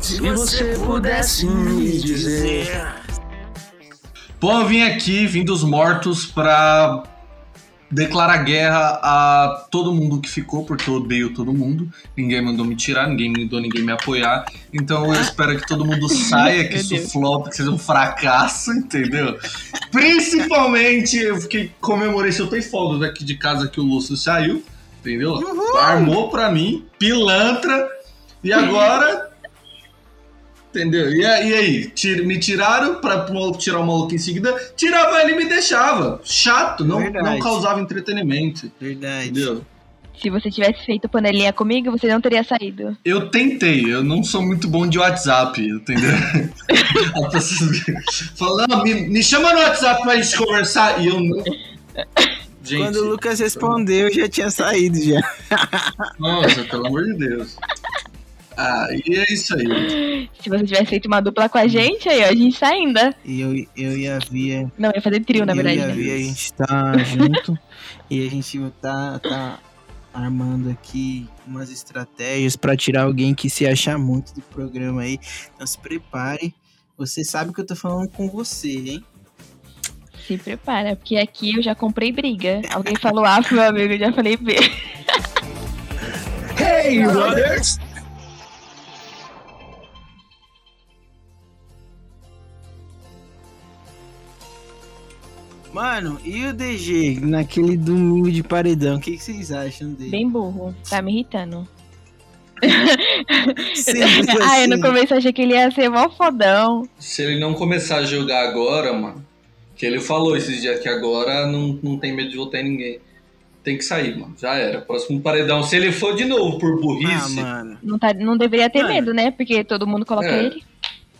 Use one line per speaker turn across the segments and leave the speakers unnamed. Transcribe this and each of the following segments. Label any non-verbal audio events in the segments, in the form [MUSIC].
Se você pudesse me dizer.
Bom, eu vim aqui, vim dos mortos, pra declarar guerra a todo mundo que ficou, porque eu odeio todo mundo. Ninguém mandou me tirar, ninguém me mandou ninguém me apoiar. Então eu espero que todo
[LAUGHS]
mundo saia, que
Meu
isso
Deus.
flop, que seja um fracasso, entendeu? Principalmente, eu fiquei, comemorei, se eu tenho folga daqui de casa que o Lúcio saiu, entendeu? Armou pra mim, pilantra, e agora... Entendeu? E, a- e aí, tir- me tiraram pra pro- tirar o maluco em seguida, tirava ele e me deixava. Chato, não, não
Verdade.
causava entretenimento.
Verdade.
Entendeu?
Se você tivesse feito panelinha comigo, você não teria saído.
Eu tentei, eu não sou muito bom de WhatsApp, entendeu? [LAUGHS] As pessoas falam, "Não, me, me chama no WhatsApp pra gente conversar. E eu não. Gente,
Quando o Lucas respondeu, eu já tinha saído já.
nossa, pelo amor de Deus. Ah, e é isso aí.
Se você tivesse feito uma dupla com a gente, aí ó, a gente sai ainda.
E eu, eu e a Via.
Não, ia fazer trio, na
eu
verdade.
e a
Né?
Via, a gente tá junto. e a gente tá, tá armando aqui umas estratégias pra tirar alguém que se achar muito do programa aí. Então se prepare. Você sabe que eu tô falando com você, hein?
Se prepara, porque aqui eu já comprei briga. Alguém falou A, pro meu amigo, eu já falei B.
Hey, brothers!
Mano, e o DG naquele domingo de paredão? O que, que vocês acham dele?
Bem burro. Tá me irritando.
Simples
[LAUGHS] Ah, eu no
assim.
começo achei que ele ia ser mó fodão.
Se ele não começar a jogar agora, mano, que ele falou esses dias que agora não, não tem medo de votar em ninguém. Tem que sair, mano. Já era. Próximo paredão. Se ele for de novo por
Ah,
burrice.
mano.
Não, tá, não deveria ter
Mano.
medo, né? Porque todo mundo coloca
É.
ele.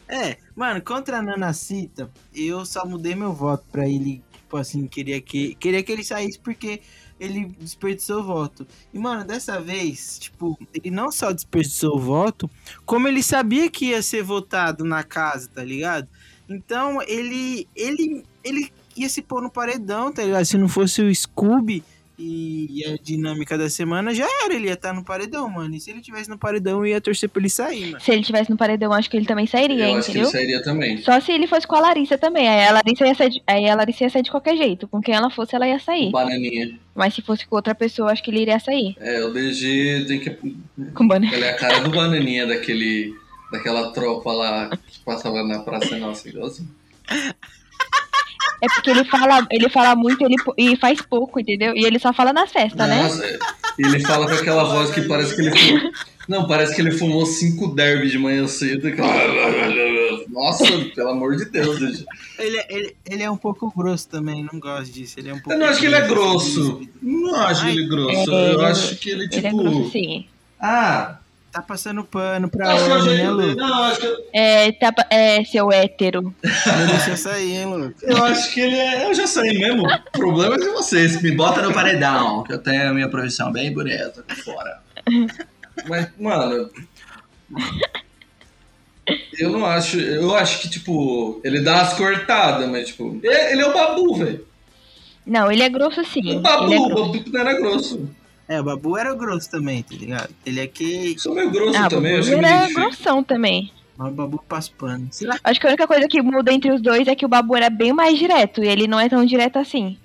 É, mano, contra a Nanacita, eu só mudei meu voto pra ele, tipo assim, queria que, queria que ele saísse porque ele desperdiçou o voto. E, mano, dessa vez, tipo, ele não só desperdiçou o voto, como ele sabia que ia ser votado na casa, tá ligado? Então, ele, ele, ele ia se pôr no paredão, tá ligado? Se não fosse o Scooby e a dinâmica da semana, já era, ele ia estar no paredão, mano. E se ele tivesse no paredão, eu ia torcer pra ele sair, mano.
Se ele tivesse no paredão, acho que ele também
eu
sairia,
acho que ele
entendeu?
sairia também.
Só se ele fosse com a Larissa também. Aí a Larissa, ia sair de, aí a Larissa ia sair de qualquer jeito. Com quem ela fosse, ela ia sair.
Bananinha.
Mas se fosse com outra pessoa, acho que ele iria sair.
É, o DG tem que.
Com o banner.
Ela é a cara do Bananinha daquele. Daquela tropa lá que passava na Praça Nossa, assim. igualzinho.
É porque ele fala, ele fala muito ele, po- e faz pouco, entendeu? E ele só fala nas festas, né?
Nossa, é. E ele fala com aquela voz que parece que ele fumou. Não, parece que ele fumou cinco derby de manhã cedo. aquela- Nossa, pelo amor de Deus, DG.
Ele, ele, ele é um pouco grosso também, não gosto disso. Ele é um pouco
Eu não acho que ele é
grosso, assim,
grosso. Não acho que ele é grosso.
É,
Eu
ele-
acho que ele,
Ele é grosso,
tipo.
sim.
Ah,
Tá passando pano pra
acho que eu
homem, né,
já-
Lu?
não, acho que-
É, tá, pa- é seu hétero.
Não deixa eu sair, hein, Lu?
eu acho que ele é. Eu já saí mesmo. O problema é de vocês. Me bota no paredão, que eu tenho a minha profissão bem bonita aqui fora. Mas, mano. Eu não acho. Eu acho que, tipo, ele dá umas cortadas, mas, tipo. é- Ele é o babu, velho.
Não, ele é grosso sim.
O
Ele é
Ah, babu, o
grosso.
babu não era grosso.
É, o Babu era o grosso também, tá ligado? Ele é que.
Sou meio grosso
Ah,
também. eu acho
ele
que me
era
identifico.
grossão também.
Mas o Babu passa pano. Sei lá.
Acho que a única coisa que muda entre os dois é que o Babu era bem mais direto e ele não é tão direto assim.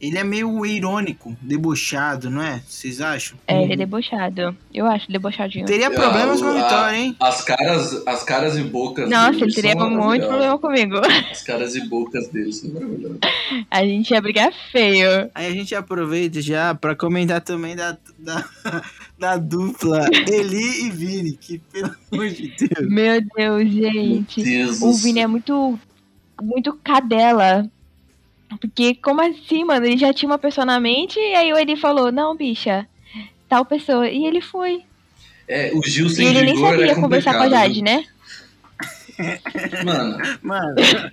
Ele é meio irônico, debochado, não é? Vocês acham?
É,
Uhum.
ele é debochado. Eu acho debochadinho.
Teria
Ah,
problemas com a
o-
vitória, hein?
As caras, as caras e bocas
Nossa,
deles
ele teria
são
um monte de
maravilhosas.
problema comigo. [LAUGHS]
As caras e bocas deles são maravilhosas.
A gente ia brigar feio.
Aí a gente aproveita já pra comentar também da, da, [LAUGHS] da dupla Eli e Vini, que pelo amor de Deus.
Meu Deus, gente.
Deus
O
do
Vini
céu.
é muito, muito cadela. Porque, como assim, mano? Ele já tinha uma pessoa na mente e aí ele falou, não, bicha, tal pessoa. E ele foi.
É, o Gil
e
sem
ele nem
vigor
sabia
é
conversar com a
complicado,
Jade, né?
viu? Mano,
Mano, [LAUGHS]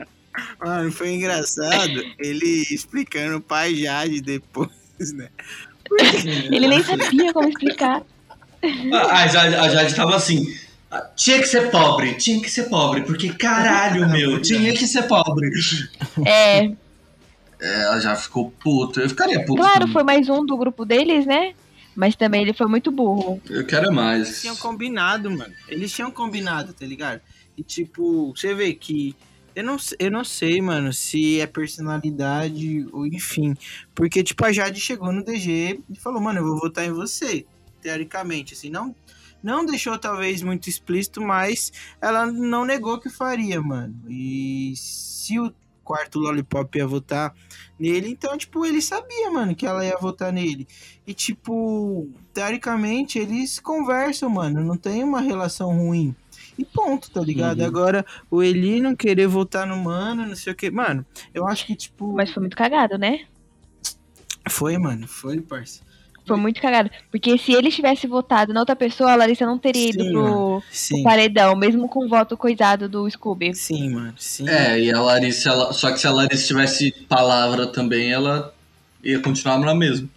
mano, foi engraçado ele explicando pra Jade depois, né?
Ele nem sabia como explicar.
a, a Jade, a Jade tava assim. "Ah, Tinha que ser pobre, tinha que ser pobre, porque caralho, [LAUGHS] meu, tinha que ser pobre.
É,
É, Ela já ficou puta, eu ficaria puto.
claro,
também.
foi mais um do grupo deles, né? Mas também ele foi muito burro.
Eu quero
Eles
mais.
tinham combinado, mano. Eles tinham combinado, tá ligado? E tipo, você vê que. Eu não, se- eu não sei, mano, se é personalidade ou enfim. Porque, tipo, a Jade chegou no DG e falou, mano, eu vou votar em você. Teoricamente, assim, não. Não deixou, talvez, muito explícito, mas ela não negou que faria, mano. E se o quarto Lollipop ia votar nele, então, tipo, ele sabia, mano, que ela ia votar nele. E, tipo, teoricamente, eles conversam, mano. Não tem uma relação ruim. E ponto, tá ligado?
Uhum.
Agora, o Eli não querer votar no mano, não sei o que. Mano, eu acho que, tipo.
Mas foi muito cagado, né?
Foi, mano. Foi, parça.
Foi muito cagado. Porque se ele tivesse votado na outra pessoa, a Larissa não teria ido
Sim,
pro
Sim.
paredão, mesmo com o voto coisado do Scooby.
Sim, mano. Sim.
É, e a Larissa, ela- só que se a Larissa tivesse palavra também, ela ia continuar na mesma.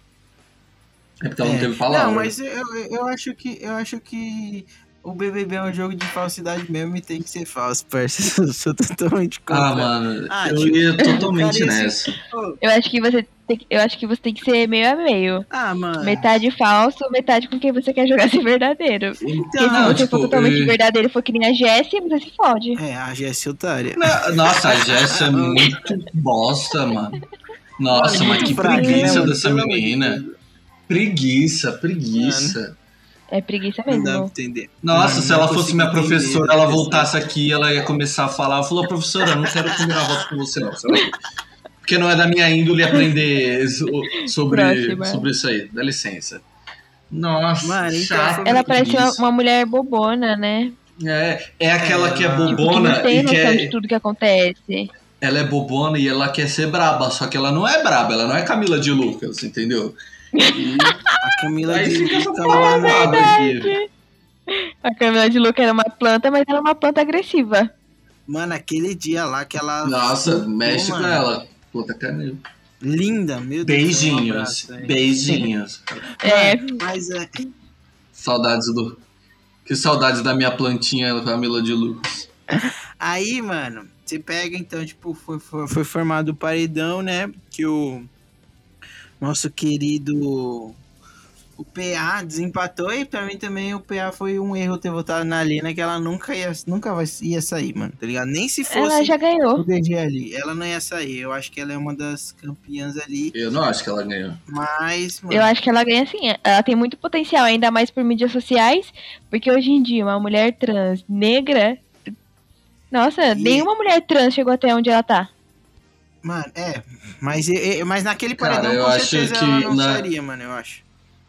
É porque ela
É.
não teve palavra.
Não, mas eu, eu- eu acho que eu acho que o BBB é um jogo de falsidade mesmo e tem que ser falso, parça. [LAUGHS] Eu sou totalmente contra.
Ah, mano,
Ah,
eu
tipo,
ia totalmente
[LAUGHS] cara, ia
nessa.
Pô,
Eu acho que você tem que, eu acho que você tem que ser meio a meio.
Ah, mano.
Metade falso, metade com quem você quer jogar ser verdadeiro. Porque
Então,
se
não,
você for
tipo,
totalmente
eh,
verdadeiro e for que nem a Jessie, você se fode.
é, a Jéssica otária.
Na- Nossa, a Jess é muito bosta, mano. Nossa,
Mano,
mas
muito
que
fraca, né,
preguiça
mano?
dessa
Pelo amor de
menina. Preguiça, preguiça.
É preguiça
Não dá pra
mesmo.
entender.
Nossa,
Mano,
se ela
não
fosse
consigo
minha
entender né?
professora,
essa
ela
pessoa.
voltasse aqui, ela ia começar a falar. Ela falou, professora, eu não quero combinar voto com você, não. sabe? Porque não é da minha índole aprender so- sobre,
Próxima.
sobre isso aí. Dá licença. Nossa,
Mano, então
chata,
foi-
Ela
que
parece uma,
preguiça.
uma mulher bobona, né?
É, é aquela que é
Ela-
Tipo, que
bobona
não tem
e
noção
quer,
de tudo que acontece.
ela é bobona e ela quer ser braba, só que ela não é braba, ela não é Camila de Lucas, entendeu? E
A Camila tá
aí
de
fica né? essa
é
Camila
palavra
Nova.
aqui.
A Camila de Luca era uma planta, mas ela é uma planta agressiva.
Mano, aquele dia lá que ela.
Nossa, mexe
Mano,
com ela. Puta canil.
Linda, meu Deus. um
Beijinhos,
abraço, é.
beijinhos.
É,
Mas é.
Saudades do. Que saudades da minha plantinha Camila de Lucas.
Aí, mano, você pega então, tipo, foi, foi, foi formado o paredão, né? Que o nosso querido o PA desempatou e pra mim também o PA foi um erro ter votado na Lina que ela nunca ia, nunca vai, ia sair, mano, tá ligado? Nem se
ela
fosse
já
o
ganhou.
DG ali, ela não ia sair. Eu acho que ela é uma das campeãs ali,
Eu não acho que ela ganhou.
mas, mano,
Eu acho que ela ganha sim. Ela tem muito potencial, ainda mais por mídias sociais, porque hoje em dia uma mulher trans negra. Nossa,
E-
nenhuma mulher trans chegou até onde ela tá.
mano, é, mas e- e- mas naquele
Cara,
paredão
eu
com
acho
certeza
que
ela não
na-
sairia, mano, eu acho.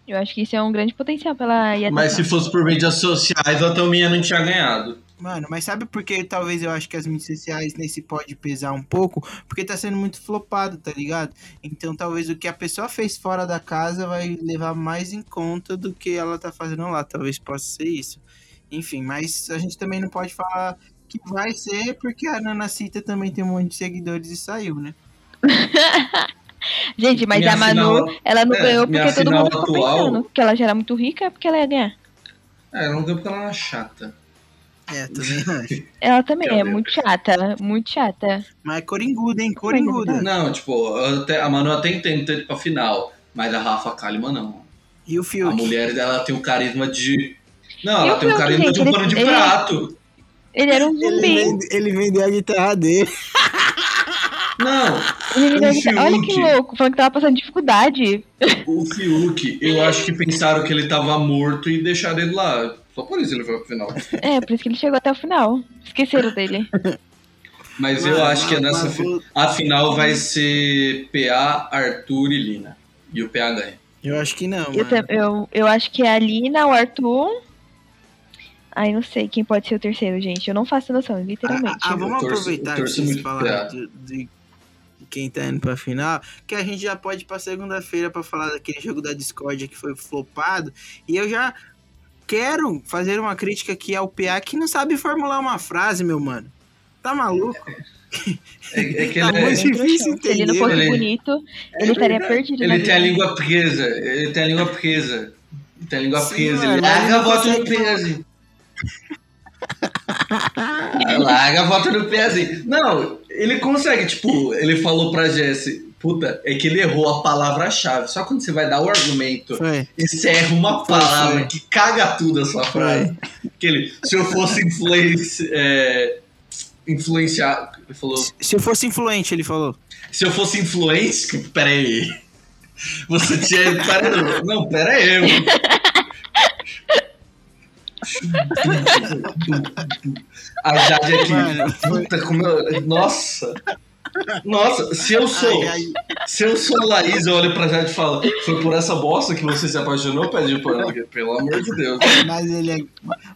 Eu acho que isso é um grande potencial pra ela ir até
Mas
lá.
se fosse por mídias sociais, a Tominha não tinha ganhado.
Mano, mas sabe por que talvez eu acho que as mídias sociais nesse pode pesar um pouco? Porque tá sendo muito flopado, tá ligado? Então talvez o que a pessoa fez fora da casa vai levar mais em conta do que ela tá fazendo lá. Talvez possa ser isso. Enfim, mas a gente também não pode falar que vai ser, porque a Nanacita também tem um monte de seguidores e saiu, né?
Gente, mas
Minha
a Manu,
final-
ela não
é,
ganhou
minha
porque todo
final
mundo ficou
atual-
pensando que ela já era muito rica, porque ela ia ganhar.
É, não ganhou porque ela era chata.
É, também [LAUGHS] acho.
Ela também
Meu
é
Deus.
muito chata, muito chata.
Mas coringuda, hein? Coringuda.
Não, tipo, até- a Manu até entende ter ido pra final, mas a Rafa Kalimann não.
E o
A
Fiuk?
mulher ela tem o carisma de. Não,
E
ela
o
tem o
Fiuk,
carisma de um
gente,
pano de
ele- é ele-
prato.
Ele era um
Ele
zumbi.
vende, ele vende a guitarra dele.
Não,
Ele
O
virou- Olha que
Fiuk.
louco, falando que tava passando dificuldade.
o Fiuk, eu acho que pensaram que ele tava morto e deixaram ele lá. Só por isso ele foi pro final.
É, por isso que ele chegou até o final. Esqueceram dele.
Mas eu
Mano,
acho que é
mas-
nessa.
mas
fi-
vou-
A final vai ser PA, Arthur e Lina. E o PA ganha.
Eu acho que não,
Eu,
mano.
tam- eu, eu acho que é a Lina, o Arthur. Ai, não sei quem pode ser o terceiro, gente. Eu não faço noção, literalmente.
Ah, ah, vamos
Eu torço-
aproveitar
eu
que
torço
vocês
muito pra-
falaram de, de quem tá indo pra final, que a gente já pode ir pra segunda-feira pra falar daquele jogo da Discord que foi flopado. E eu já quero fazer uma crítica aqui ao PA que não sabe formular uma frase, meu mano. Tá maluco?
É, é que
Tá
ele, é-
muito
Ele é um
difícil
trouxão. Se ele não
entender, né? É
fosse
ele-
bonito, ele estaria perdido. na
ele tem a
vida.
língua presa. Ele tem a língua presa. Ele tem a língua
Sim,
presa.
mano,
Ele
mas
larga a
ele
bota no
consegue-
peso. Larga a bota no pé assim. Não, ele consegue, tipo, ele falou pra Jesse, Puta, é que ele errou a palavra-chave. Só quando você vai dar o argumento
Foi.
e você erra é uma
Foi,
palavra
foi.
que caga tudo a sua frase. Aquele, se eu fosse influenci, é, influenciar. Ele falou.
Se eu fosse influente, ele falou.
Se eu fosse influente, peraí. Você tinha. ido para o- Não, peraí. mano. A Jade
Mano,
aqui.
foi-
Puta, como eu... Nossa! Nossa, se eu sou.
Ai, ai.
Se eu sou a Laís, eu olho pra Jade e falo: Foi por essa bosta que você se apaixonou, pede pano? Porque, Pelo amor de Deus.
Mas ele é.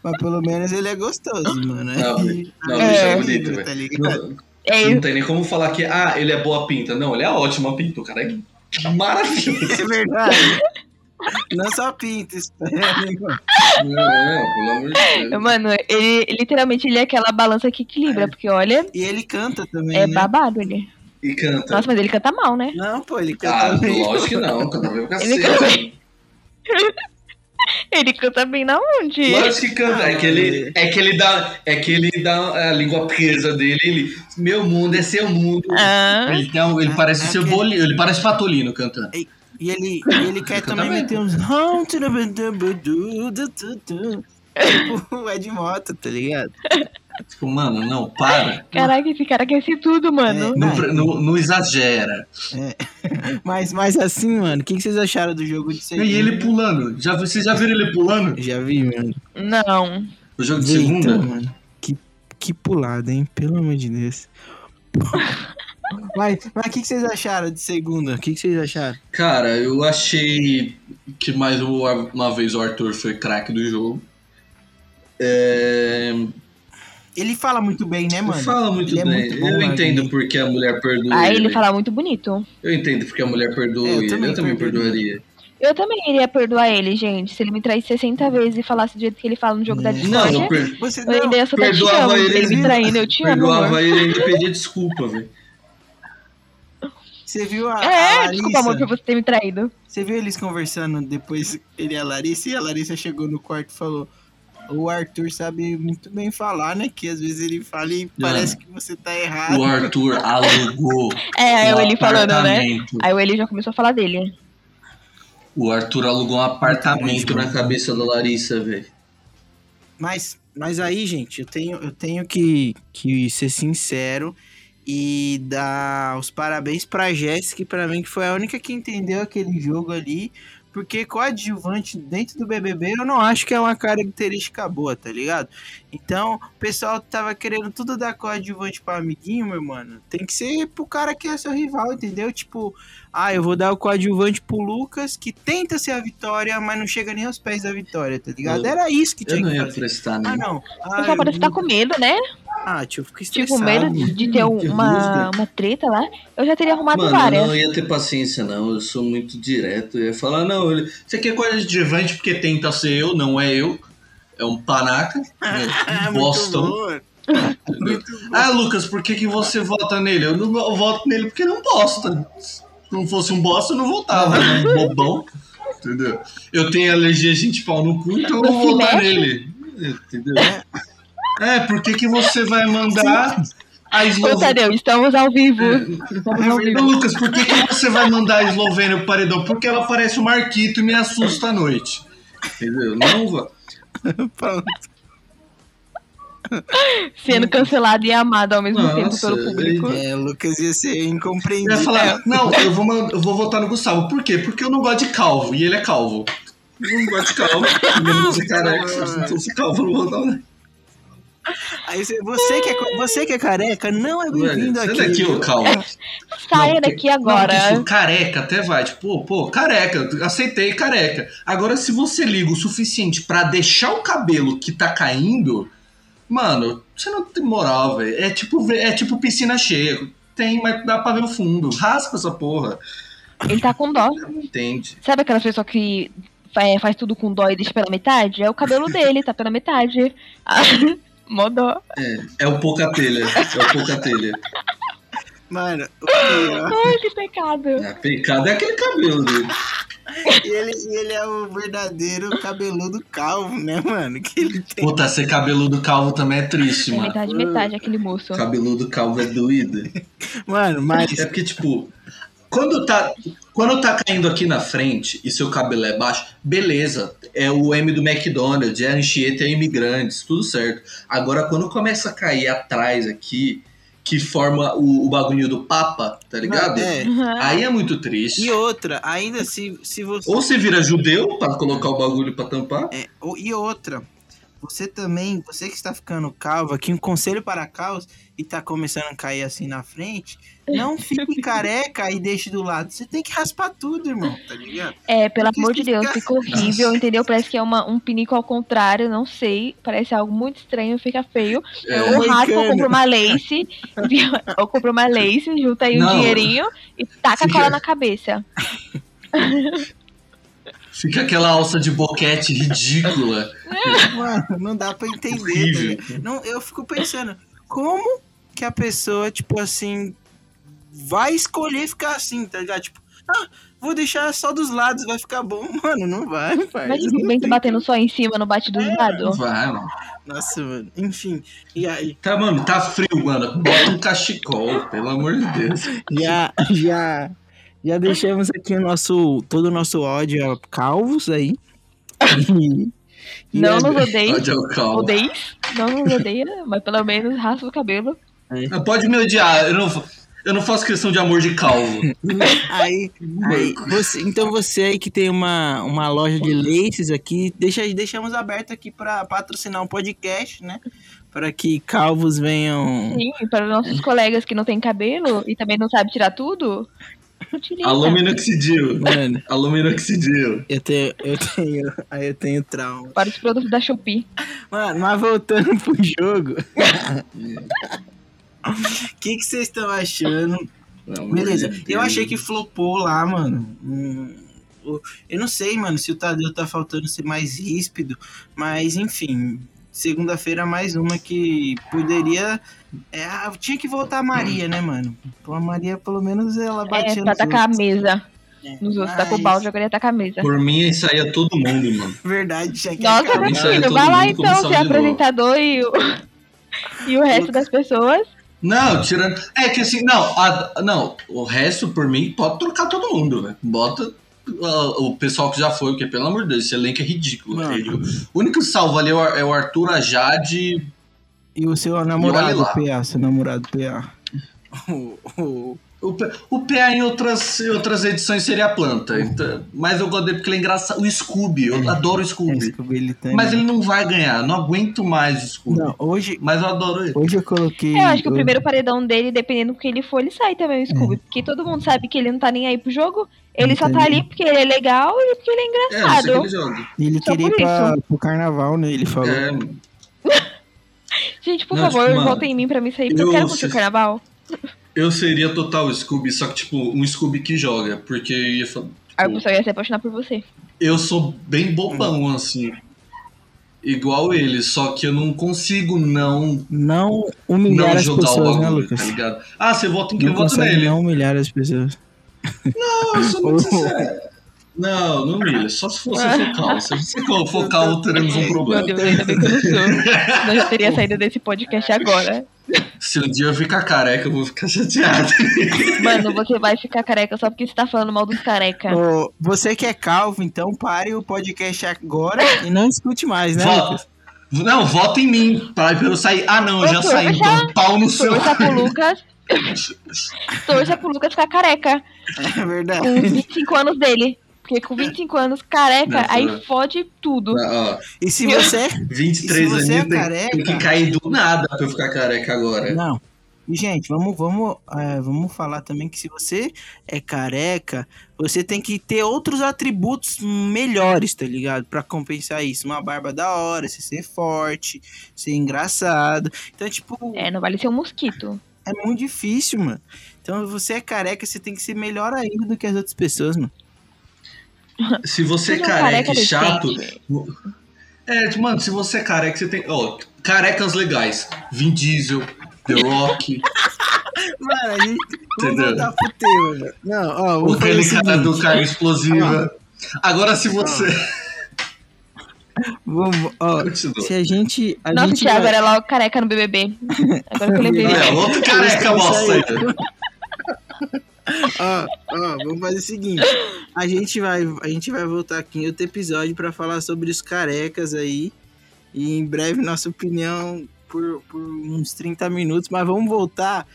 Mas pelo menos ele é gostoso, mano.
Não,
Aí-
não,
aí
bicho, é
eu
bonito,
ligo,
velho.
tá ligado?
Não,
É
não
isso.
tem nem como falar que, ah, ele é boa pinta. Não, ele é ótima pinta. O cara é maravilhoso.
É verdade. Não só pinta, isso é amigo.
Não, não, pelo amor de Deus.
É, Mano, ele literalmente ele é aquela balança que equilibra,
É.
porque olha,
E ele canta também.
é
Uhum.
né?
babado ele.
E canta.
Nossa, mas ele canta mal, né?
Não, pô, ele
ah,
canta bem.
lógico que não, canta bem pra
Ele
cacete.
Ele canta bem na onde?
Lógico que canta. É que ele,
Ah,
é que ele dá. É que ele dá a língua presa dele. Ele, meu mundo é seu mundo.
Ah,
Ele, tem um- ele parece o seu
Aquele-
bolinho, ele parece patolino cantando.
E ele, e ele quer
Canta
também
bem.
meter uns. "Hum, Tipo, [LAUGHS] é de moto, tá ligado?
Tipo, mano, não, para.
caraca, esse cara quer ser tudo, mano.
Não, pre- não- não exagera.
É. [LAUGHS] Mas, mas assim, mano, o que, que vocês acharam do jogo de segunda?
E ele pulando. Já, vocês já viram ele pulando?
Já vi, mano.
É.
Não.
O jogo de
Vi, então,
segunda?
mano. Que, que pulada, hein? Pelo amor de Deus. mas mas o que, que vocês acharam de segunda? O que, que vocês acharam?
Cara, eu achei que mais uma uma vez o Arthur foi craque do jogo. É,
Ele fala muito bem, né, mano?
fala muito
ele é
bem.
muito bom,
eu
né,
entendo
Vini?
porque a mulher perdoa
Aí
ele.
ele fala muito bonito.
Eu entendo porque a mulher perdoa
É, eu
ele.
também
eu também perdoaria.
Eu também iria perdoar ele, gente. Se ele me traísse 60 vezes e falasse do jeito que ele fala no jogo da
Não,
Não, eu
Discord,
per...
Você
eu ainda ia soltar te
perdoava
amo.
ele,
Ele me
ele-
traindo, eu te amo, amor.
perdoava ele e ainda pedia desculpa, velho.
Você viu a, a
É,
Ah, Larissa?
desculpa, amor, por você ter me traído.
Você viu eles conversando depois, ele e a Larissa, e a Larissa chegou no quarto e falou: O Arthur sabe muito bem falar, né? Que às vezes ele fala e parece que você tá errado.
O Arthur alugou.
É,
um
aí ele falando, né?
apartamento.
Aí o Eli já começou a falar dele.
O Arthur alugou um apartamento
Muito bom.
na cabeça da Larissa, velho.
Mas, mas aí, gente, eu tenho, eu tenho que, que ser sincero e dar os parabéns pra Jéssica, que pra mim que foi a única que entendeu aquele jogo ali. Porque coadjuvante dentro do BBB eu não acho que é uma característica boa, tá ligado? Então, o pessoal tava querendo tudo dar coadjuvante pra amiguinho, meu mano. Tem que ser pro cara que é seu rival, entendeu? Tipo, ah, eu vou dar o coadjuvante pro Lucas, que tenta ser a vitória, mas não chega nem aos pés da vitória, tá ligado?
Eu-
Era isso que tinha
Eu não
que
ia
fazer.
prestar,
Ah,
né?
não.
O
Ah,
pessoal parece
eu...
que tá com medo, né?
ah tio, eu fico estressado.
Tipo, com medo de, de ter
mano.
uma, uma treta lá. Eu já teria arrumado
né? Mano, eu
várias.
não ia ter paciência, não. Eu sou muito direto. Eu ia falar, não, ele... isso aqui é coadjuvante porque tenta ser eu, não é eu. É um panaca.
Ah,
Né?
muito
Boston.
bom.
entendeu? Ah, Lucas, por que, que você vota nele? Eu não eu voto nele porque ele é um bosta. Se não fosse um bosta, eu não votava, né? Um bobão. Entendeu? Eu tenho alergia a gente pau no cu, então eu
Não
vou
se
votar
mexe.
nele. Entendeu? É, por que, que você vai mandar a
Ô,
Eslovênia.
Tadeu, estamos ao vivo.
É.
Estamos ao
Ô,
vivo.
Lucas, por que, que você vai mandar a Eslovênia pro paredão? Porque ela parece o Marquito e me assusta à noite. Entendeu? Não vá.
Pronto.
Sendo cancelado e amado ao mesmo tempo
Nossa,
pelo público.
É, Lucas ia ser
Eu ia
incompreendido.
falar, não, eu vou, mand- eu vou votar no Gustavo. Por quê? Porque eu não gosto de calvo. E ele é calvo. Eu não gosto de calvo. Eu não gosto de careca. Eu não sou calvo, eu não vou votar nele.
Aí você, você, que é, co- você que é careca, não é
Velho,
bem-vindo
Sai
aqui.
daqui, ô
viu?
calvo.
Saia
Não,
daqui
Não,
agora.
tipo, É, careca até vai. Tipo, pô, pô, careca, aceitei careca. Agora, se você liga o suficiente pra deixar o cabelo que tá caindo, mano, você não tem moral, velho. É tipo, ve- é tipo piscina cheia. Tem, mas dá pra ver o fundo. Raspa essa porra.
Ele tá com dó.
Não entende.
Sabe aquelas pessoas que fa- faz tudo com dó e deixa pela metade? É o cabelo dele, tá pela metade. [LAUGHS] Ah, Mó dó.
É o pouca telha. É o pouca telha.
Mano, o pior-
Ai, que pecado.
É, pecado é aquele cabelo dele.
e ele, e ele é o verdadeiro cabeludo calvo, né, mano? Que ele tem.
Puta, ser cabeludo calvo também é triste,
É
mano.
metade, metade, aquele moço.
Cabeludo calvo é doído.
Mano, mas.
É porque, tipo, Quando tá, quando tá caindo aqui na frente e seu cabelo é baixo, beleza. É o M do McDonald's, é a Anchieta, é imigrantes, tudo certo. Agora, quando começa a cair atrás aqui, que forma o, o bagulho do Papa, tá ligado?
Não, é.
Aí é muito triste.
E outra, ainda se, se você.
Ou você vira judeu pra colocar o bagulho pra tampar.
É, ou- e outra, você também, você que está ficando calvo, aqui um conselho para calvos e tá começando a cair assim na frente, não fique careca e deixe do lado. Você tem que raspar tudo, irmão, tá
[LAUGHS]
ligado?
É, pelo
Porque
amor de Deus,
fica-
fica
é assim.
horrível, entendeu? Parece que é uma, um pinico ao contrário, não sei. Parece algo muito estranho, fica feio.
É.
Eu raspo, eu
Americano.
compro uma lace, [LAUGHS] eu compro uma lace, junta aí um
Não.
dinheirinho e taca a
Fica-
cola na cabeça.
Fica aquela alça de boquete ridícula.
[LAUGHS] Mano, não dá pra entender. tá
horrível.
ligado? não, eu fico pensando, como que a pessoa, tipo assim, vai escolher ficar assim, tá ligado? Tipo, ah, vou deixar só dos lados, vai ficar bom. [LAUGHS] Mano, não vai,
É,
pai.
Mas o vento batendo só em cima, não bate dos
né?
lados.
Vai, mano.
Nossa, mano. Enfim, e aí?
Tá, mano, tá frio, mano. Bota um cachecol, pelo amor de Deus.
já, [LAUGHS] já, já deixamos aqui o nosso, todo o nosso ódio a calvos aí. E- e
Não
é-
nos odeie,
Pode, ao calmo.
odeie, não nos odeia, mas pelo menos raspa o cabelo.
Ah, Pode me odiar. Eu não, eu não faço questão de amor de calvo.
aí, aí, você- então você aí que tem uma, uma loja de laces aqui, deixa, deixamos aberto aqui para patrocinar um podcast, né? Para que calvos venham.
Sim, para os nossos colegas que não têm cabelo e também não sabem tirar tudo, utiliza.
Alô, minoxidil.
Mano,
Alô, minoxidil.
eu tenho, eu tenho, aí eu tenho trauma.
Para os produtos da Shopee.
Tá Mano, mas voltando pro jogo. [LAUGHS] O que que vocês estão achando
Pelo amor
Beleza.
de
Eu
Deus.
achei que flopou lá, mano. Hum, o- Eu não sei, mano, se o Tadeu tá faltando ser mais ríspido, mas enfim. Segunda-feira é mais uma que poderia. É, ah, tinha que voltar a Maria, né, mano? Pô, a Maria, pelo menos, ela
É,
batia
pra
nos
atacar a
outros.
mesa.
É,
Nos outros,
mas-
tá com o balde, eu queria tacar a mesa.
Por mim, aí saía todo mundo, mano.
Verdade, já que
Nossa,
acabou.
Também saiu
Castilho,
todo
vai lá
mundo
então
começando
ser
de novo.
apresentador e o, [LAUGHS] e o resto das pessoas.
Não, tirando. É que assim, não, a- não, o resto por mim pode trocar todo mundo, velho. Bota ah, o pessoal que já foi, porque pelo amor de Deus, esse elenco é ridículo.
Mano.
velho. O único salvo ali é o, Ar- é o Arthur, a Jade.
E o seu namorado,
lá.
PA, seu namorado PA. O- o-
O, P- o PA em outras, em outras edições seria a
Uhum.
planta. então- mas eu gosto dele porque ele é engraçado. O Scooby, eu
É.
adoro o
esse
Scooby.
que o Billy tem.
Mas ele não vai ganhar, não aguento mais o Scooby.
Não, hoje,
Mas eu adoro ele.
hoje eu coloquei.
Eu acho que o
eu-
primeiro paredão dele, dependendo do que ele for, ele sai também, o Scooby. Porque todo mundo sabe que ele não tá nem aí pro jogo. Ele só tá
Hum. Entendi.
ali porque ele é legal e porque ele é
É, não sei que
engraçado.
ele joga.
Ele
Só
queria ir
por
pra, pro carnaval, né? Ele falou.
É,
Gente, por
Não,
favor,
tipo, mano,
voltem em mim pra mim sair, porque eu,
eu-
quero curtir o carnaval.
eu seria total Scooby, só que tipo, um Scooby que joga. Porque eu ia tipo, falar.
Aí o pessoal ia se apaixonar por você.
Eu sou bem
Hum.
bobão, assim. Igual ele, só que eu não consigo não,
Não humilhar
não
as
jogar o
pessoas, né,
bagulho,
Lucas?
tá ligado? Ah, você vota em quem?
Não
Eu voto
consegue
nele.
não humilhar as pessoas.
Não, eu
[LAUGHS]
sou muito sincero. Não, não humilha. Só se fosse
Ah.
focal. Se você for calvo, teremos um
Meu
problema.
Deus, ainda bem que eu não sou. Senão eu já
[LAUGHS]
teria saído desse podcast agora.
Se um dia eu ficar careca, eu vou ficar chateado.
Mano, você vai ficar careca só porque você tá falando mal dos careca.
Ô, você que é calvo, então pare o podcast agora e não escute mais, né, Lucas?
Vota. Não, vota em mim. Pra pra eu sair. Ah, não, eu já
Eu
saí.
vou deixar-
Então, pau no seu.
[LAUGHS]
Torça pro Lucas. Torça pro Lucas ficar careca.
É verdade.
Com os 25 anos dele. Porque com 25 anos careca,
Não,
aí
não.
fode tudo.
Ah, ó,
[LAUGHS] E se você.
23
E se
anos
você é
tem,
careca-
tem que cair do nada pra eu ficar careca agora.
Não. E, gente, vamos, vamos, é, vamos falar também que se você é careca, você tem que ter outros atributos melhores, tá ligado? Pra compensar isso. Uma barba da hora, você ser forte, ser engraçado. Então, tipo.
É, não vale ser um mosquito.
É muito difícil, mano. Então, você é careca, você tem que ser melhor ainda do que as outras pessoas, mano.
Se você é
Seja um
careca e
decente.
chato. É, tipo, mano, se você é careca, você tem. Ó, carecas legais. Vin Diesel, The
[LAUGHS]
Rock,
Mano, a gente. Vamos
[LAUGHS] Entendeu?
voltar pro tema, mano. Não, ó, vou
o
fazer o
aquele cara
seguinte.
do carro
Ah.
explosiva. Agora, se você.
Vamos,
Ah.
ó,
Continua.
se a gente. A
Nossa,
gente
Thiago,
vai-
era logo
Ah, é,
careca no BBB. Agora que eu lembrei.
Olha, outro careca,
Isso aí.
bosta.
ó, ó, vamos fazer o seguinte. A gente vai, a gente vai voltar aqui em outro episódio pra falar sobre os carecas aí. E em breve nossa opinião por, por uns 30 minutos, mas vamos voltar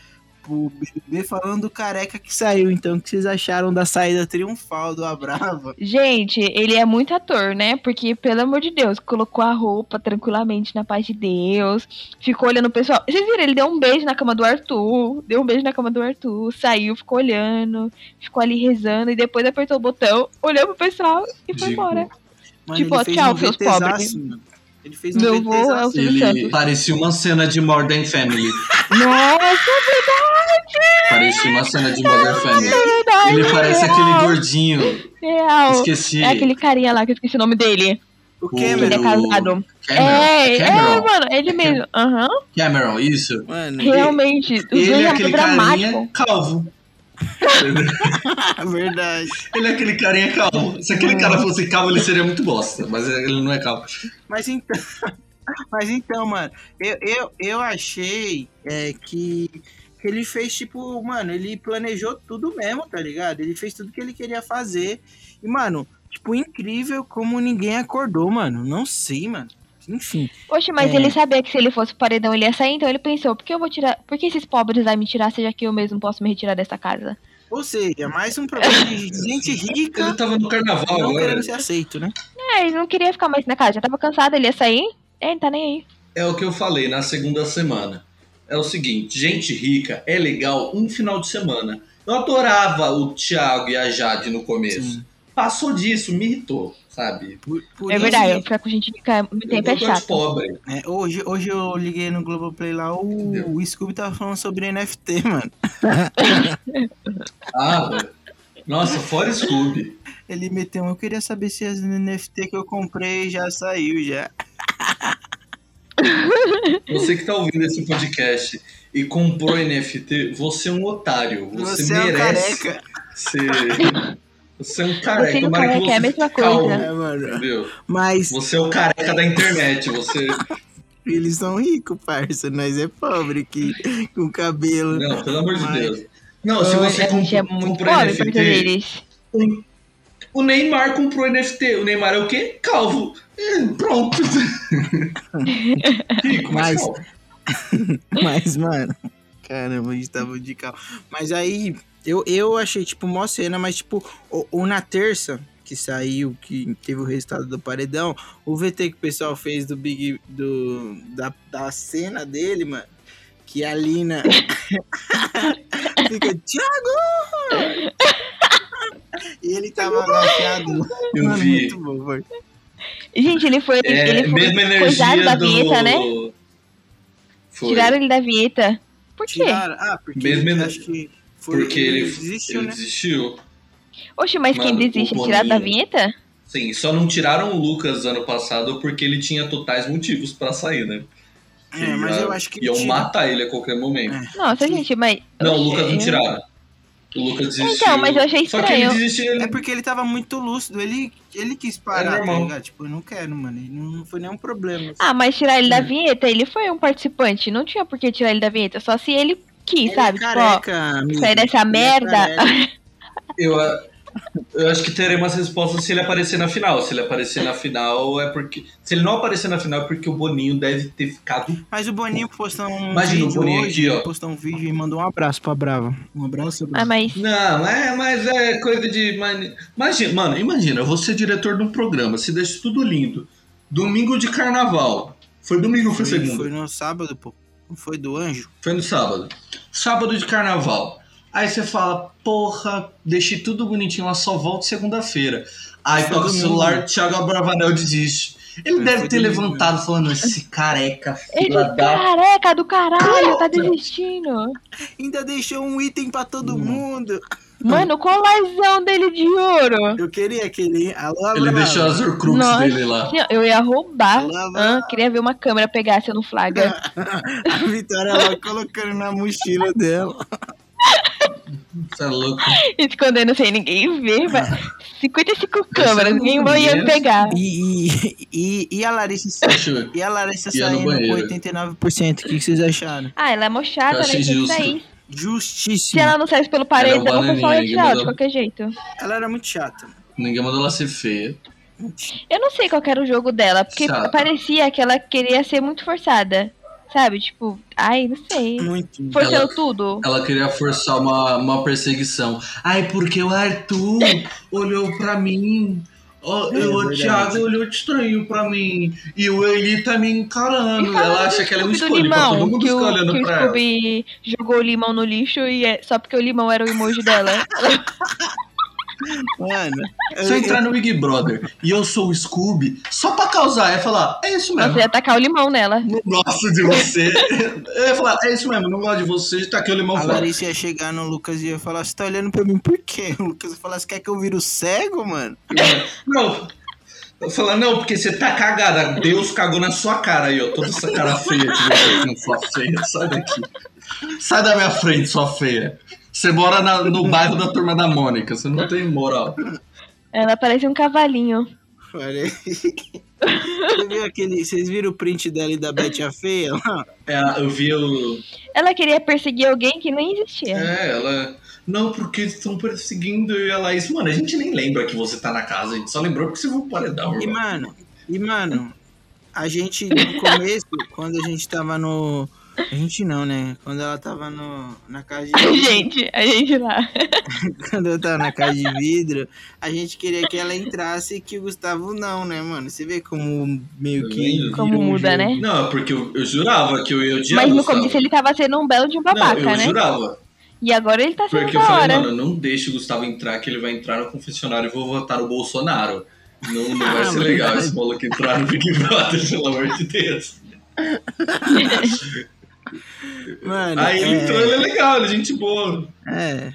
pro BBB falando do careca que saiu, então o que vocês acharam da saída triunfal do Abrava?
Gente, ele é muito ator, né? Porque, pelo amor de Deus, colocou a roupa tranquilamente na paz de Deus, ficou olhando o pessoal. Vocês viram, ele deu um beijo na cama do Arthur, deu um beijo na cama do Arthur, saiu, ficou olhando, ficou ali rezando, e depois apertou o botão, olhou pro pessoal e foi
Digo.
embora.
Mano,
Tipo,
ele fez
tchau,
um
seus
VTzaço, mano. Ele fez um
Meu vô é o
VTzaço.
Silvio
Ele
Santos.
parecia uma cena de Modern Family.
Nossa, é
Parecia uma cena de Modern Family.
verdade!
Ele parece
real,
aquele gordinho.
real.
Esqueci.
É aquele carinha lá que eu esqueci o nome dele.
O
Que ele é
Cameron,
O-
casado.
Cameron.
é, é,
Cameron.
mano,
[LAUGHS]
ele mesmo. Aham.
Cameron, isso.
mano, [LAUGHS] ele...
Realmente, os dois
Ele é
é
aquele
muito dramático.
carinha
[LAUGHS]
calvo.
verdade.
Ele é aquele carinha calvo. Se
É.
aquele cara fosse calvo, ele seria muito bosta. Mas ele não é calvo.
Mas então, [LAUGHS] mas então mano, eu, eu, eu achei é, que, que ele fez, tipo, mano, ele planejou tudo mesmo, tá ligado? Ele fez tudo que ele queria fazer. E, mano, tipo, incrível como ninguém acordou, mano. Não sei, mano. Enfim.
Poxa, mas
É.
ele sabia que se ele fosse pro paredão ele ia sair, então ele pensou, por que eu vou tirar. Por que esses pobres vai me tirar, seja que eu mesmo posso me retirar dessa casa?
Ou seja, mais um problema de gente rica
Ele tava no carnaval
não
agora.
querendo ser aceito, né?
É, ele não queria ficar mais na casa, já tava cansado, ele ia sair. É, não tá nem aí.
É o que eu falei na segunda semana. É o seguinte, gente rica é legal um final de semana. Eu adorava o Thiago e a Jade no começo.
Sim.
Passou disso, me irritou, sabe?
Por- por
É
isso
verdade, ficar com gente ficar muito
Eu
tempo é
tô de
chato.
pobre.
É, hoje, hoje eu liguei no Globoplay lá, o, o Scooby tava falando sobre NFT, mano.
Ah, velho. nossa, fora Scooby.
Ele meteu um, eu queria saber se as NFT que eu comprei já saiu, já.
Você que tá ouvindo esse podcast e comprou NFT, você é um otário. Você,
Você, é um
merece
careca.
ser. Você é um careca.
Você e o
Tomara que
careca é a
você
mesma
fique calmo,
coisa.
É, mano.
Entendeu?
Mas
Você é o careca da internet. Você.
eles são ricos, parça. Nós é pobre aqui, com cabelo.
Não, pelo amor de
Mas-
Deus. Não, se você
a gente
comp
é muito
comprou um
pobre pra fazer
NFT.
eles.
O Neymar comprou NFT. O Neymar é o quê? Calvo. Hum,
[LAUGHS]
pronto. Rico, mas
Mas-
calvo.
[LAUGHS] Mas, mano, caramba, a gente tava de carro. Mas aí, eu, eu achei, tipo, mó cena, mas, tipo, o, o na terça que saiu, que teve o resultado do paredão, o VT que o pessoal fez do Big. Do, da, da cena dele, mano. Que a Lina [LAUGHS] fica, Thiago! e ele tava agachado.
Eu
mano,
vi.
muito bom, foi.
Gente, ele foi.
É,
ele foi
mesma
coisado
energia
da
do.
vinheta, né?
Foi.
Tiraram ele da vinheta. Por quê?
Tiraram. Ah, porque
Mesmo ele-
acho que foi
Porque ele,
desistiu,
ele
né?
desistiu.
Oxe, mas quem
Mano,
desiste
o
é tirado da
Boninho.
vinheta?
Sim, só não tiraram o Lucas ano passado porque ele tinha totais motivos pra sair, né?
É, mas eu acho que.
Iam
tira- É.
matar ele a qualquer momento.
Nossa, gente, mas.
Não, o
Oxe, é.
Lucas não
eu-
tiraram. O Lucas desistiu.
Então, mas eu achei
Só que ele
estranho.
desistiu, ele
É porque ele tava muito lúcido, ele, ele quis parar, tá
normal.
ligado? Tipo, eu não quero, mano. E não não foi nenhum problema.
Ah, mas tirar ele da
É.
vinheta, ele foi um participante. Não tinha por que tirar ele da vinheta, só se ele quis, sabe? Tipo, ó,
é careca, amigo.
sair dessa
Ele é
merda.
careca.
Eu, a- eu acho que teremos as respostas se ele aparecer na final. Se ele aparecer na final é porque. Se ele não aparecer na final é porque o Boninho deve ter ficado.
Mas o Boninho postou um
Imagina o
vídeo
Boninho
hoje,
aqui, ó.
ele postou um vídeo e mandou um abraço pra Brava. Um abraço,
[LAUGHS] Ah,
Brava.
mas.
Não, é, mas é coisa de. mani- Imagina, mano, imagina, eu vou ser diretor de um programa, se deixa tudo lindo. Domingo de carnaval. Foi domingo ou foi
foi,
segunda?
foi no sábado, pô. Não foi do anjo?
Foi no sábado. Sábado de carnaval. Aí você fala, porra, deixei tudo bonitinho, mas só volto segunda-feira. Aí
Foi
toca o
domingo.
celular, Thiago Abravanel desiste. Ele
Foi-
deve
foi
ter
domingo.
levantado falando, esse careca,
Ele tá
fila é da...
careca do caralho, tá desistindo.
Ainda deixou um item pra todo
Hum.
mundo.
Mano, o colarzão dele de ouro.
Eu queria aquele. Alô,
Ele
Brava.
deixou as Horcrux
Nossa.
dele lá.
Não, Eu ia roubar.
Alô, Brava.
Ah, queria ver uma câmera pegar se eu não
[LAUGHS]
flagra.
[LAUGHS]
[LAUGHS]
A Vitória lá colocando na mochila dela.
Você é louco. [LAUGHS]
Escondendo sem ninguém ver, mas 55 câmeras,
no
ninguém ia
banheiro.
pegar.
E, e, e, e a Larissa
Deixa eu ver.
E a Larissa
Ia no
saindo com
banheiro.
89%. O que que vocês acharam?
Ah, ela é mochada,
Eu
né?
achei
Tem que
justo.
sair.
Justíssima.
Se ela não saísse pelo paredão,
Era uma
o pessoal ia
bananinha,
tirar ela de
mandou.
qualquer jeito.
Ela era muito chata.
Ninguém mandou ela ser feia.
Eu não sei qual que era o jogo dela, porque
Chato.
parecia que ela queria ser muito forçada. Sabe? Tipo, ai, não sei.
Muito.
Forçou
Hum, Ela-
tudo.
Ela queria forçar uma, uma perseguição. Ai, porque o Arthur olhou pra mim. Ó,
É,
o
verdade.
Thiago olhou estranho pra mim. E o Eli tá me encarando.
E falando
Ela
do
acha que ela é um
Scooby do
escolha. pra Todo mundo
que
fica
o, que
olhando
o
pra ela.
Scooby jogou o limão no lixo e é só porque o limão era o
[LAUGHS]
emoji dela.
Mano,
Se eu
eu-
entrar no Big Brother e eu sou o Scooby, só pra causar, é falar, é isso mesmo.
Você ia atacar o limão nela.
Não gosto de você. [LAUGHS] Eu ia falar, é isso mesmo, não gosto de você, tá aqui o limão
A
fora.
Larissa ia chegar no Lucas e ia falar: Você tá olhando pra mim por quê? O Lucas ia falar: Você quer que eu viro cego, mano?
Não. Eu falar, não, porque você tá cagada. Deus cagou na sua cara aí, ó. Toda essa cara feia que você tem, sua feia. Sai daqui. Sai da minha frente, sua feia. Você mora na- no bairro da turma da Mônica, você não tem moral.
Ela parece um cavalinho.
Olha aí. [LAUGHS] Você viu aquele, vocês viram o print dela e da Beth a feia? lá?
É, eu vi o.
Ela queria perseguir alguém que nem existia.
É, ela. Não, porque estão perseguindo eu e a Laís. Mano, a gente nem lembra que você tá na casa, a gente só lembrou porque você foi pro paredão.
E
irmão.
mano, e mano, a gente no começo, quando a gente tava no. A gente não, né? Quando ela tava no, na casa de.
[LAUGHS] A gente, a gente lá.
quando eu tava na casa de vidro, a gente queria que ela entrasse e que o Gustavo não, né, mano? Você vê como meio que.
Como
virou um
muda,
jogo.
né?
Não, é porque eu, eu jurava que eu ia odiar
Mas
o
no
Gustavo.
começo ele tava sendo um belo de um babaca,
não, eu
né?
jurava.
E agora ele tá sendo
Porque eu
da
falei,
hora.
mano, não deixe o Gustavo entrar, que ele vai entrar no confessionário e vou votar no Bolsonaro. Não, não vai
Ah,
ser legal
verdade.
esse maluco entrar no Big Brother, pelo amor de Deus.
Mano,
Aí ele
é-
entrou, ele é legal, ele é gente boa.
É,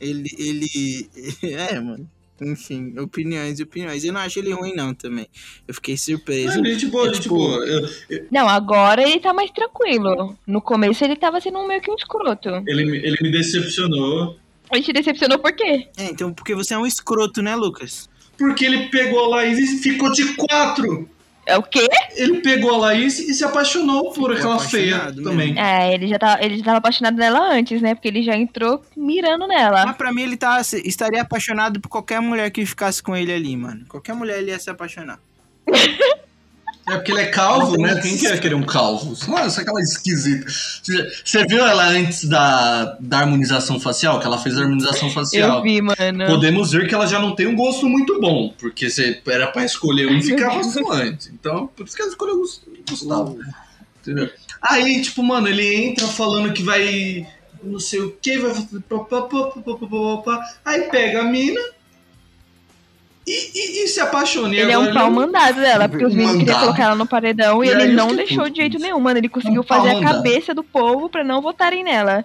ele, ele. [LAUGHS] É, mano. Enfim, opiniões e opiniões. Eu não acho ele ruim, não, também. Eu fiquei surpreso.
Ele é gente boa,
É,
gente
tipo,
boa. Eu-
Não, agora ele tá mais tranquilo. No começo ele tava sendo um meio que um escroto.
Ele, me- ele me decepcionou.
A gente decepcionou por quê?
É, então, porque você é um escroto, né, Lucas?
Porque ele pegou a Laís e ficou de quatro.
É o quê?
Ele pegou a Laís e se apaixonou por aquela feia
apaixonado
também.
É, ele já tava, ele já tava apaixonado nela antes, né? Porque ele já entrou mirando nela.
Mas pra mim ele tá, estaria apaixonado por qualquer mulher que ficasse com ele ali, mano. Qualquer mulher ele ia se apaixonar.
É porque ele é calvo, né? Quem quer querer um calvo? Nossa, aquela é esquisita. Você- Você viu ela antes da, da harmonização facial? Que ela fez a harmonização facial.
Eu vi, mano.
Podemos ver que ela já não tem um gosto muito bom, porque você era pra escolher um e ficava [LAUGHS] antes. Então, por isso que ela escolheu o Gustavo. Entendeu? Aí, tipo, mano, ele entra falando que vai. Não sei o que, vai. pá, pá, pá, pá, pá, pá, pá, pá. Aí pega a mina e, e- e se apaixona. E
Ele é
agora
um pau mandado dela, porque os meninos queriam
Mandado.
colocar ela no paredão e,
E aí
ele
eu
não
fiquei
deixou
puto
de jeito
com isso.
nenhum, mano. Ele conseguiu
Um pau
fazer a
mandado.
cabeça do povo pra não votarem nela.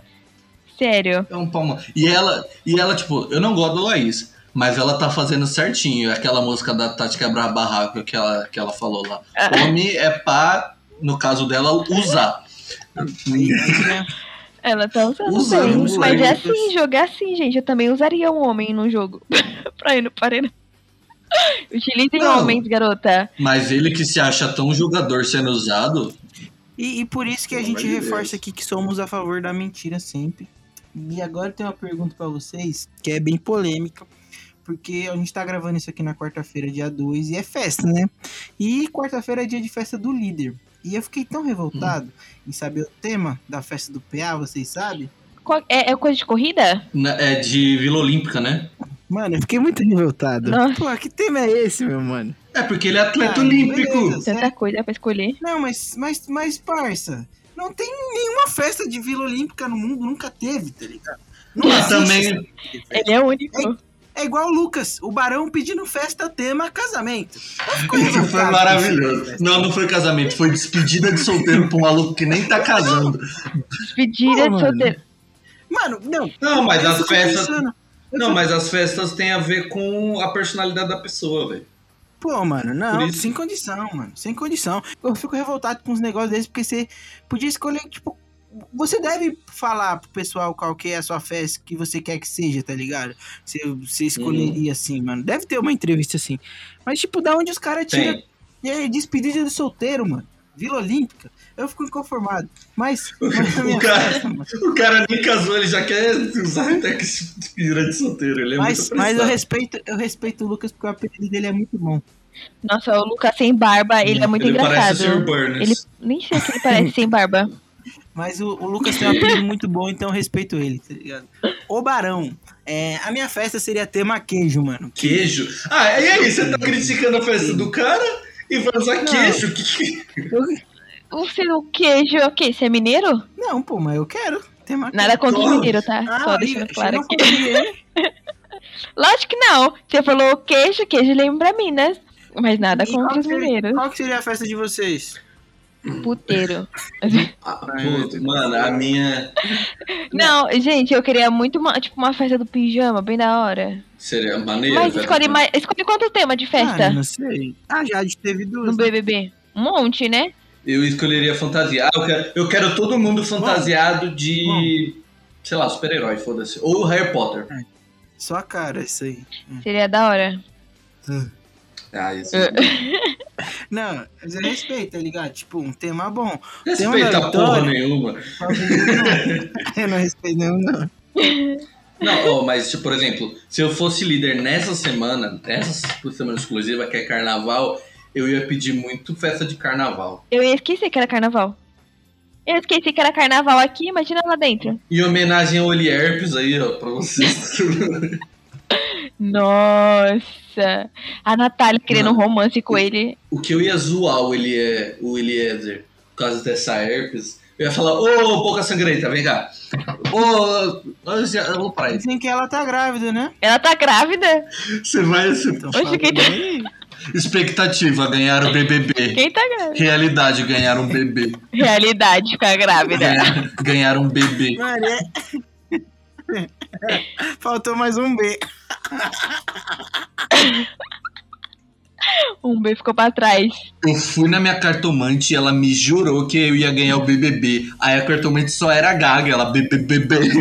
Sério.
É um palma. E ela, e ela, tipo, eu não gosto da Laís, mas ela tá fazendo certinho. Aquela música da Tati Quebrar Barraco que ela, que ela falou lá. Homem é pá, no caso dela, usar.
Aí, aí, né?
Ela tá usando
Usa,
bem.
usa,
Mas
usa.
é assim, jogar assim, gente. Eu também usaria um homem no jogo [LAUGHS] pra ir no paredão. Utilizem
Não.
homens, garota.
Mas ele que se acha tão jogador sendo usado,
E, e por isso que a
Pelo
gente
amor de
reforça aqui que somos a favor da mentira sempre. E agora tem uma pergunta pra vocês, que é bem polêmica, porque a gente tá gravando isso aqui na quarta-feira, dia 2, e é festa, né? E quarta-feira é dia de festa do líder. E eu fiquei tão revoltado
Hum.
em saber o tema da festa do PA, vocês sabem?
Qual- é, é coisa de corrida?
na- é de Vila Olímpica, né?
Mano, eu fiquei muito revoltado.
Nossa.
Pô, que tema é esse, meu mano?
É porque ele é atleta
Ah,
olímpico.
beleza.
Tanta coisa pra escolher.
Não, mas, mas, mas, parça, não tem nenhuma festa de Vila Olímpica no mundo, nunca teve, tá ligado? Não
Mas
existe
também-
essa festa de festa.
Ele é único.
É igual o Lucas, o Barão pedindo festa tema casamento.
Isso [LAUGHS] foi maravilhoso. Não, não foi casamento, foi despedida de solteiro pra um maluco que nem tá casando.
Despedida
Pô,
de
mano.
solteiro.
Mano, não.
Não, mas
eu
as
fico
festas.
pensando, eu
Não,
fico-
mas as festas têm a ver com a personalidade da pessoa, velho.
Pô, mano,
Por
não,
isso-
sem condição, mano. Sem condição. Eu fico revoltado com os negócios desses, porque você podia escolher, tipo. Você deve falar pro pessoal qual que é a sua festa que você quer que seja, tá ligado? Você, você escolheria assim, mano. Deve ter uma entrevista assim. Mas, tipo, da onde os caras tiram.
Tem.
É despedida de solteiro, mano. Vila Olímpica, eu fico inconformado. Mas,
[LAUGHS]
mas na
O
minha
cara, é
festa, mano,
o cara nem casou, ele já quer usar até que se vira de solteiro. Ele é
mas,
muito
mas eu
apressado.
respeito, eu respeito o Lucas porque o apelido dele é muito bom.
Nossa, o Lucas sem barba, ele é muito
ele Parece né? o
engraçado.
Sr. Burns.
Ele nem sei o que ele parece
[LAUGHS]
sem barba.
Mas o, o Lucas tem um apelido muito bom, então eu respeito ele, tá ligado? O Barão, é, a minha festa seria tema queijo, mano.
Queijo. Ah, e aí? Você tá criticando a festa do cara e vai usar
Não.
queijo? Que, que...
O seu queijo é o quê? Você é mineiro?
Não, pô, mas eu quero tema queijo.
Nada contra o
Claro.
mineiro, tá?
Ah,
Só
olha,
deixando claro aqui.
xenofobia, hein?
Lógico que não. Você falou queijo, queijo lembra Minas. Mas nada
E qual
contra os
que seria-
mineiros.
Qual que seria a festa de vocês?
Puteiro.
Ah, puta, mano, a minha.
Não, gente, eu queria muito uma, tipo uma festa do pijama, bem da hora.
Seria maneiro.
Mas
velho.
escolhe, mais, escolhe quanto tema de
Ah,
festa
não sei. Ah, já teve duas.
no BBB? Um monte, né?
Eu escolheria fantasia. Ah, eu quero, eu quero todo mundo fantasiado de. Sei lá, super-herói, foda-se. Ou Harry Potter.
Só a cara, isso aí.
Seria da hora.
Ah, isso.
É,
Não, mas eu respeito, tá ligado? Tipo, um tema
[LAUGHS]
bom. Tem
Respeita
uma
porra
vitória.
nenhuma.
Eu não respeito nenhum, não.
Não, ó, mas, tipo, por exemplo, se eu fosse líder nessa semana, nessa semana exclusiva, que é carnaval, eu ia pedir muito festa de carnaval.
Eu ia esquecer que era carnaval. Eu esqueci que era carnaval aqui, imagina lá dentro.
E homenagem ao Olierpes aí, ó, pra vocês. [LAUGHS]
Nossa! A Natália querendo um
Mano.
romance com ele.
o que eu ia zoar o, Elie, o Eliezer por causa dessa herpes, eu ia falar, ô, boca sangrenta, vem cá. Ô, olha, eu vou pra isso.
Dizem que ela tá grávida, né?
Ela tá grávida?
Você vai, você...
Então,
Oxe,
fala
quem tá-
aí.
Expectativa, ganhar o BBB.
Quem tá grávida?
Realidade, ganhar um bebê.
Realidade, ficar grávida.
Ganhar, ganhar um bebê.
Mano, é...
[LAUGHS]
Faltou mais um B.
Um B ficou pra trás.
Eu fui na minha cartomante e ela me jurou que eu ia ganhar o BBB. Aí a cartomante só era gaga, ela [LAUGHS] BBBB.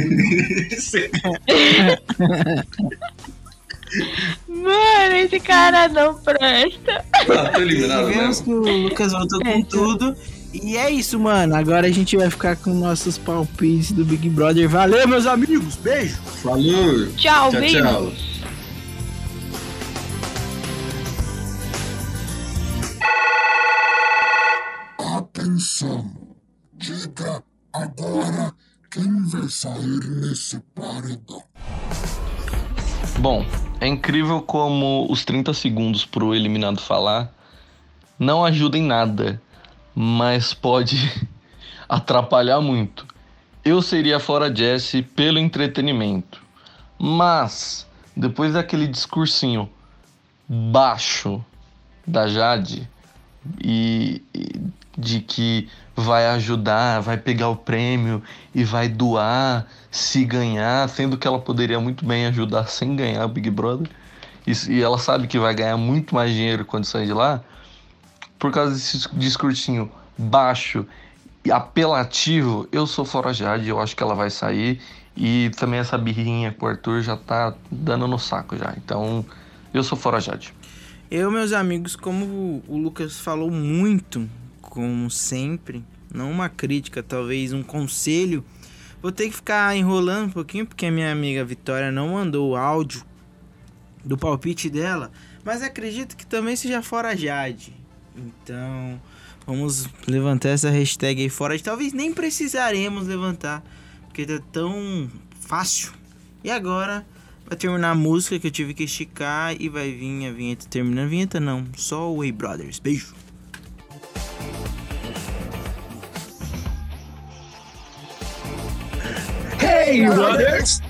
Mano, esse cara não presta.
Ah, tô
E
eliminado
vemos
mesmo.
que o Lucas voltou
É,
com
então.
tudo. E é isso, mano. Agora a gente vai ficar com nossos palpites do Big Brother. Valeu, meus amigos. Beijo.
Falou. Tchau,
Tchau, beijo.
tchau.
Atenção! Diga agora quem vai sair nesse paredão.
Bom, é incrível como os 30 segundos pro eliminado falar não ajudam em nada, mas pode [LAUGHS] atrapalhar muito. Eu seria fora Jesse pelo entretenimento, mas depois daquele discursinho baixo da Jade e e de que vai ajudar, vai pegar o prêmio e vai doar se ganhar, sendo que ela poderia muito bem ajudar sem ganhar o Big Brother. E, s- e ela sabe que vai ganhar muito mais dinheiro quando sair de lá, por causa desse dis- discursinho baixo e apelativo, eu sou fora Jade, eu acho que ela vai sair. E também essa birrinha com o Arthur já tá dando no saco já. Então, eu sou fora Jade.
Eu, meus amigos, como o- o Lucas falou muito, como sempre, não uma crítica, talvez um conselho, vou ter que ficar enrolando um pouquinho porque a minha amiga Vitória não mandou o áudio do palpite dela, mas acredito que também seja fora Jade. Então, vamos levantar essa hashtag aí fora. Jade. Talvez nem precisaremos levantar, porque tá tão fácil. E agora Vai terminar a música que eu tive que esticar e vai vir a vinheta. Terminando a vinheta, não. Só o Way Brothers. Beijo.
Hey, brothers!